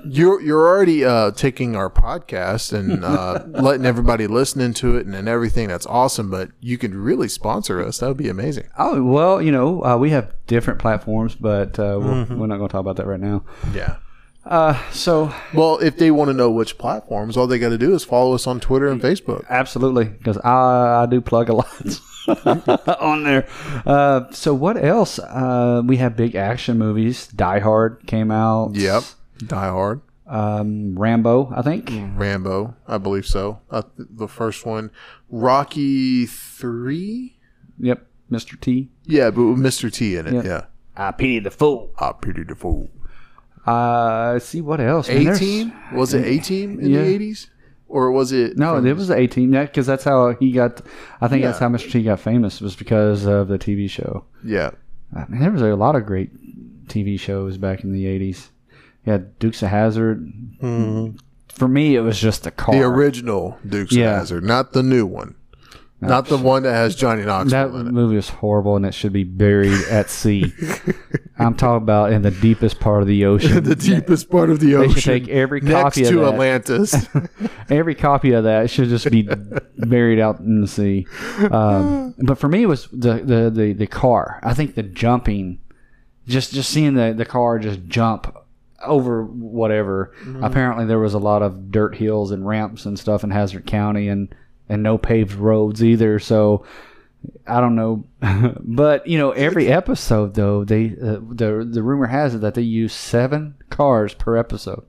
Speaker 2: you're you're already uh, taking our podcast and uh, letting everybody listen into it and, and everything. That's awesome. But you could really sponsor us. That would be amazing.
Speaker 1: oh well, you know uh, we have different platforms, but uh, we're, we're not going to talk about that right now.
Speaker 2: Yeah.
Speaker 1: Uh, so
Speaker 2: Well, if they want to know which platforms, all they got to do is follow us on Twitter and Facebook.
Speaker 1: absolutely, because I, I do plug a lot on there. Uh, so what else? Uh, we have big action movies. Die Hard came out.
Speaker 2: Yep. Die Hard,
Speaker 1: um, Rambo, I think.
Speaker 2: Rambo, I believe so. Uh, the first one, Rocky three.
Speaker 1: Yep, Mr. T.
Speaker 2: Yeah, but with Mr. T in it. Yeah.
Speaker 1: I pity the fool.
Speaker 2: I pity the fool.
Speaker 1: Uh, let's see what else? Man, there's-
Speaker 2: Eighteen was it eighteen in
Speaker 1: Yeah.
Speaker 2: the eighties, or was it
Speaker 1: No,
Speaker 2: from-
Speaker 1: it was the eighteen. Yeah, because that's how he got. I think that's how Mr. T got famous was because of the TV show.
Speaker 2: yeah.
Speaker 1: I mean, there was a lot of great TV shows back in the eighties. Yeah, Dukes of Hazard. For me, it was just the car.
Speaker 2: Mm-hmm. The original Dukes of
Speaker 1: Yeah.
Speaker 2: Hazard, not the new one, not the one that has Johnny
Speaker 1: that
Speaker 2: Knoxville in it.
Speaker 1: movie is horrible, and it should be buried at sea. I'm talking about in the deepest part of the ocean.
Speaker 2: The deepest part of the
Speaker 1: They
Speaker 2: ocean.
Speaker 1: should take every
Speaker 2: next
Speaker 1: copy of
Speaker 2: to
Speaker 1: that.
Speaker 2: Atlantis.
Speaker 1: Every copy of that should just be buried out in the sea. Um, but for me, it was the, the, the, the car. I think the jumping, just just seeing the, the car just jump over whatever.
Speaker 2: Mm-hmm.
Speaker 1: Apparently, there was a lot of dirt hills and ramps and stuff in Hazard County and, and no paved roads either. So I don't know. but, you know, every episode, though, they uh, the, the rumor has it that they use seven cars per episode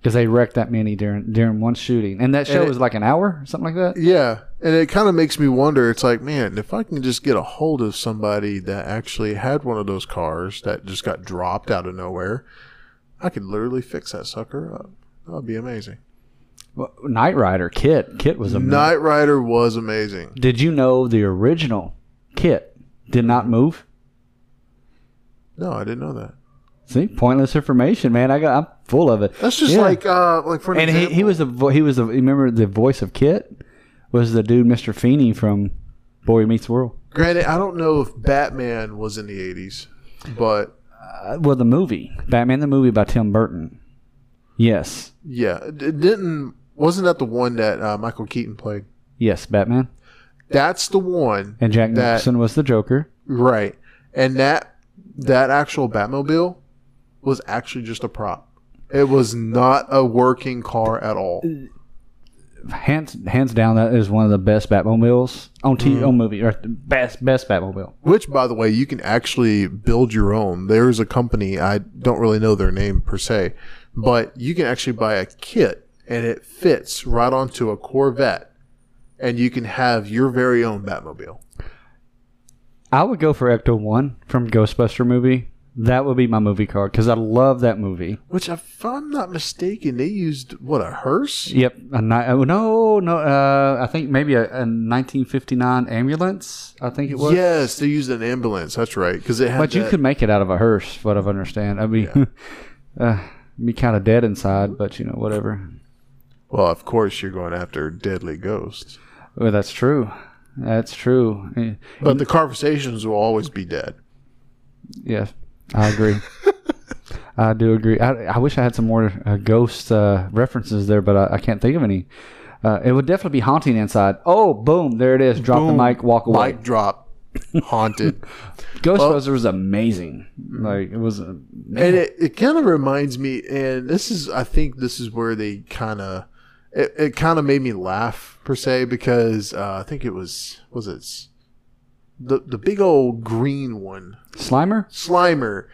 Speaker 1: because they wrecked that many during during one shooting, and that show
Speaker 2: it-
Speaker 1: was like an hour, something like that.
Speaker 2: yeah, and it kind of makes me wonder. It's like, man, if I can just get a hold of somebody that actually had one of those cars that just got dropped out of nowhere, I could literally fix that sucker up. That would be amazing.
Speaker 1: Well, Knight Rider, Kit, Kit was a.
Speaker 2: Knight Rider was amazing.
Speaker 1: did you know the original Kit did not move?
Speaker 2: No, I didn't know that.
Speaker 1: See, pointless information, man. I got I'm full of it.
Speaker 2: That's just
Speaker 1: Yeah.
Speaker 2: like, uh, like for an
Speaker 1: and he,
Speaker 2: example-
Speaker 1: he was the vo- he was the remember the voice of Kit was the dude Mister Feeney from Boy Meets World.
Speaker 2: Granted, I don't know if Batman was in the eighties, but
Speaker 1: Uh, well, the movie Batman the movie by Tim Burton. Yes,
Speaker 2: yeah, it didn't. Wasn't that the one that uh, Michael Keaton played?
Speaker 1: yes, Batman
Speaker 2: That's the one,
Speaker 1: and Jack
Speaker 2: That-
Speaker 1: Nicholson was the Joker.
Speaker 2: right? And that that actual Batmobile was actually just a prop. It was not a working car at all.
Speaker 1: hands hands down, that is one of the best Batmobiles on TV
Speaker 2: Mm-hmm.
Speaker 1: on movie, or the best best Batmobile.
Speaker 2: Which, by the way, you can actually build your own. There's a company, I don't really know their name per se, but you can actually buy a kit and it fits right onto a Corvette and you can have your very own Batmobile.
Speaker 1: I would go for Ecto One from Ghostbuster movie. That would be my movie card because I love that movie.
Speaker 2: Which, if I'm not mistaken, they used, what, a hearse?
Speaker 1: Yep. A ni- oh, no, no. Uh, I think maybe a, a 1959 ambulance. I think it was.
Speaker 2: Yes, they used an ambulance. That's right. Because it had
Speaker 1: But you
Speaker 2: that-
Speaker 1: could make it out of a hearse, what I understand. I'd be, uh, be kind of dead inside, but you know, whatever.
Speaker 2: Well, of course, you're going after deadly ghosts.
Speaker 1: Well, that's true. That's true. Eh,
Speaker 2: But the conversations will always be dead.
Speaker 1: Yes, I agree. I do agree. I, I wish I had some more uh, ghost uh, references there, but I, I can't think of any. Uh, it would definitely be haunting inside. Oh, boom! There it is. Drop
Speaker 2: Boom.
Speaker 1: the mic. Walk away.
Speaker 2: Mic drop. Haunted.
Speaker 1: Ghostbusters was amazing.
Speaker 2: Mm-hmm.
Speaker 1: Like it was. uh,
Speaker 2: and it, it kind of reminds me and this is i think this is where they kind of it, it kind of made me laugh per se because uh, i think it was was it s- the the big old green one
Speaker 1: Slimer.
Speaker 2: slimer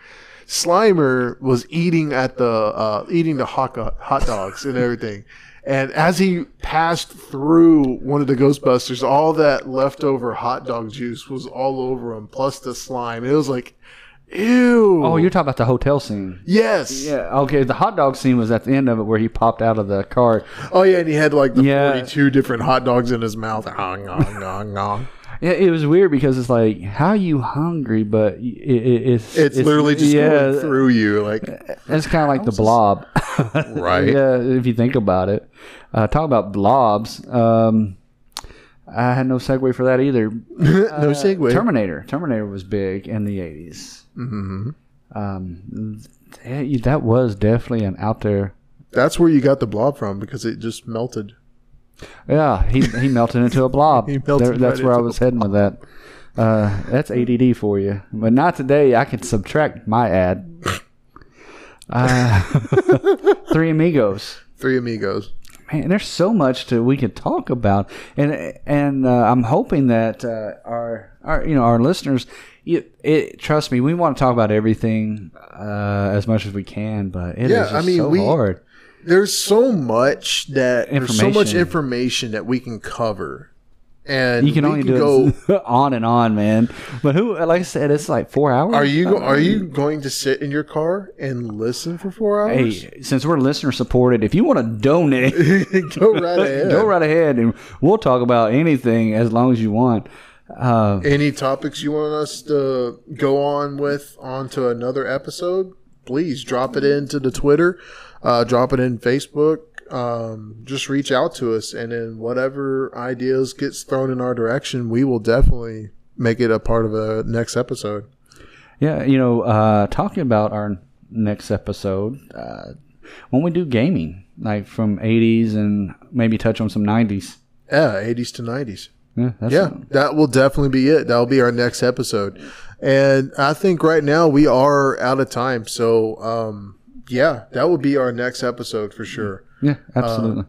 Speaker 2: slimer was eating at the uh, eating the hot, go- hot dogs and everything and as he passed through one of the ghostbusters all that leftover hot dog juice was all over him plus the slime it was like ew
Speaker 1: Oh, you're talking about the hotel scene.
Speaker 2: yes
Speaker 1: Yeah. Okay. The hot dog scene was at the end of it where he popped out of the car.
Speaker 2: Oh yeah, and he had like the
Speaker 1: Yeah.
Speaker 2: 42 different hot dogs in his mouth. Hong, hong, hong, hong.
Speaker 1: Yeah, it was weird because it's like, how are you hungry? But it, it, it's,
Speaker 2: It's, literally just
Speaker 1: yeah,
Speaker 2: going through you, like
Speaker 1: It's kind of like the blob.
Speaker 2: right.
Speaker 1: yeah, if you think about it. Uh, talk about blobs. Um, I had no segue for that either. Uh,
Speaker 2: no segue.
Speaker 1: Terminator. Terminator was big in the 80s. Mm-hmm. Um, that, that was definitely an out there.
Speaker 2: That's where you got the blob from because it just melted.
Speaker 1: Yeah, he, he melted into a blob.
Speaker 2: He melted
Speaker 1: There- that's
Speaker 2: right
Speaker 1: where I
Speaker 2: into
Speaker 1: was heading with that. Uh, that's ADD for you. But not today. I can subtract my ad. Uh, three amigos.
Speaker 2: Three amigos.
Speaker 1: Man, there's so much to we could talk about, and and uh, I'm hoping that uh, our our you know our listeners, it, it trust me, we want to talk about everything uh, as much as we can, but it is
Speaker 2: Yeah,
Speaker 1: just
Speaker 2: I mean,
Speaker 1: so
Speaker 2: we-
Speaker 1: hard.
Speaker 2: There's so much that there's so much
Speaker 1: Information.
Speaker 2: information that we can cover, and
Speaker 1: You can
Speaker 2: we
Speaker 1: only
Speaker 2: can
Speaker 1: do
Speaker 2: go.
Speaker 1: it on and on, man. But who, like I said, it's like four hours.
Speaker 2: Are you go, are you going to sit in your car and listen for four hours?
Speaker 1: Hey, since we're listener supported, if you want to donate,
Speaker 2: go right ahead.
Speaker 1: go right ahead, and we'll talk about anything as long as you want. Uh,
Speaker 2: Any topics you want us to go on with onto another episode, please drop it into the Twitter, uh, drop it in Facebook. Um, just reach out to us, and then whatever ideas gets thrown in our direction, we will definitely make it a part of the next episode.
Speaker 1: Yeah, you know, uh, talking about our next episode, uh, when we do gaming, like from 80s and maybe touch on some 90s.
Speaker 2: Yeah, 80s to 90s.
Speaker 1: Yeah, that's
Speaker 2: Yeah, that will definitely be it. That'll be our next episode. And I think right now we are out of time. So, um, yeah, that will be our next episode for sure.
Speaker 1: yeah, absolutely.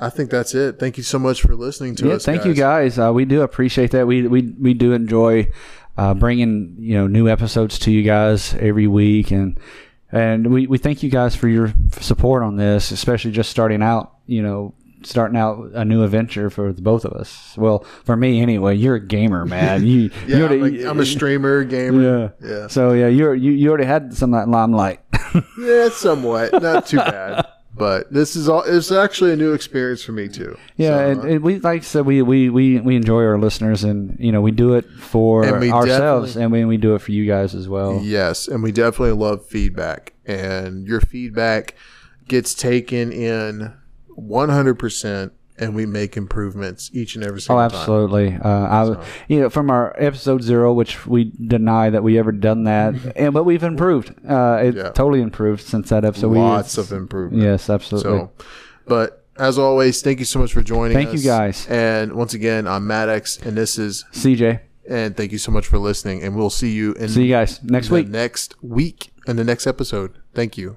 Speaker 2: I think that's it. Thank you so much for listening to
Speaker 1: yeah,
Speaker 2: us.
Speaker 1: thank you guys. Uh, we do appreciate that. We we we do enjoy uh, bringing you know new episodes to you guys every week, and and we we thank you guys for your support on this, especially just starting out. You know. Starting out a new adventure for the both of us. Well, for me anyway. You're a gamer, man. You,
Speaker 2: Yeah,
Speaker 1: you're
Speaker 2: I'm,
Speaker 1: the-
Speaker 2: a, I'm a streamer, gamer.
Speaker 1: Yeah.
Speaker 2: Yeah.
Speaker 1: So yeah, you're you, you already had some of that limelight.
Speaker 2: Yeah, somewhat. Not too bad. But this is all. It's actually a new experience for me too.
Speaker 1: yeah,
Speaker 2: So, uh,
Speaker 1: and, and we like I said we, we we we enjoy our listeners, and you know we do it for
Speaker 2: And we
Speaker 1: ourselves, and we, we do it for you guys as well.
Speaker 2: Yes, and we definitely love feedback, and your feedback gets taken in 100, percent and we make improvements each and every
Speaker 1: Oh,
Speaker 2: single time.
Speaker 1: absolutely. Uh, I, w- you know, from our episode zero, which we deny that we ever done that, and but we've improved. Uh, it
Speaker 2: Yeah.
Speaker 1: totally improved since that episode.
Speaker 2: Lots
Speaker 1: we,
Speaker 2: of improvements.
Speaker 1: yes, absolutely.
Speaker 2: So, but as always, thank you so much for joining
Speaker 1: Thank
Speaker 2: us.
Speaker 1: you, guys.
Speaker 2: And once again, I'm Maddox, and this is,
Speaker 1: CJ,
Speaker 2: and thank you so much for listening. And we'll see you in
Speaker 1: see you guys next
Speaker 2: the
Speaker 1: week.
Speaker 2: next week in the next episode. Thank you.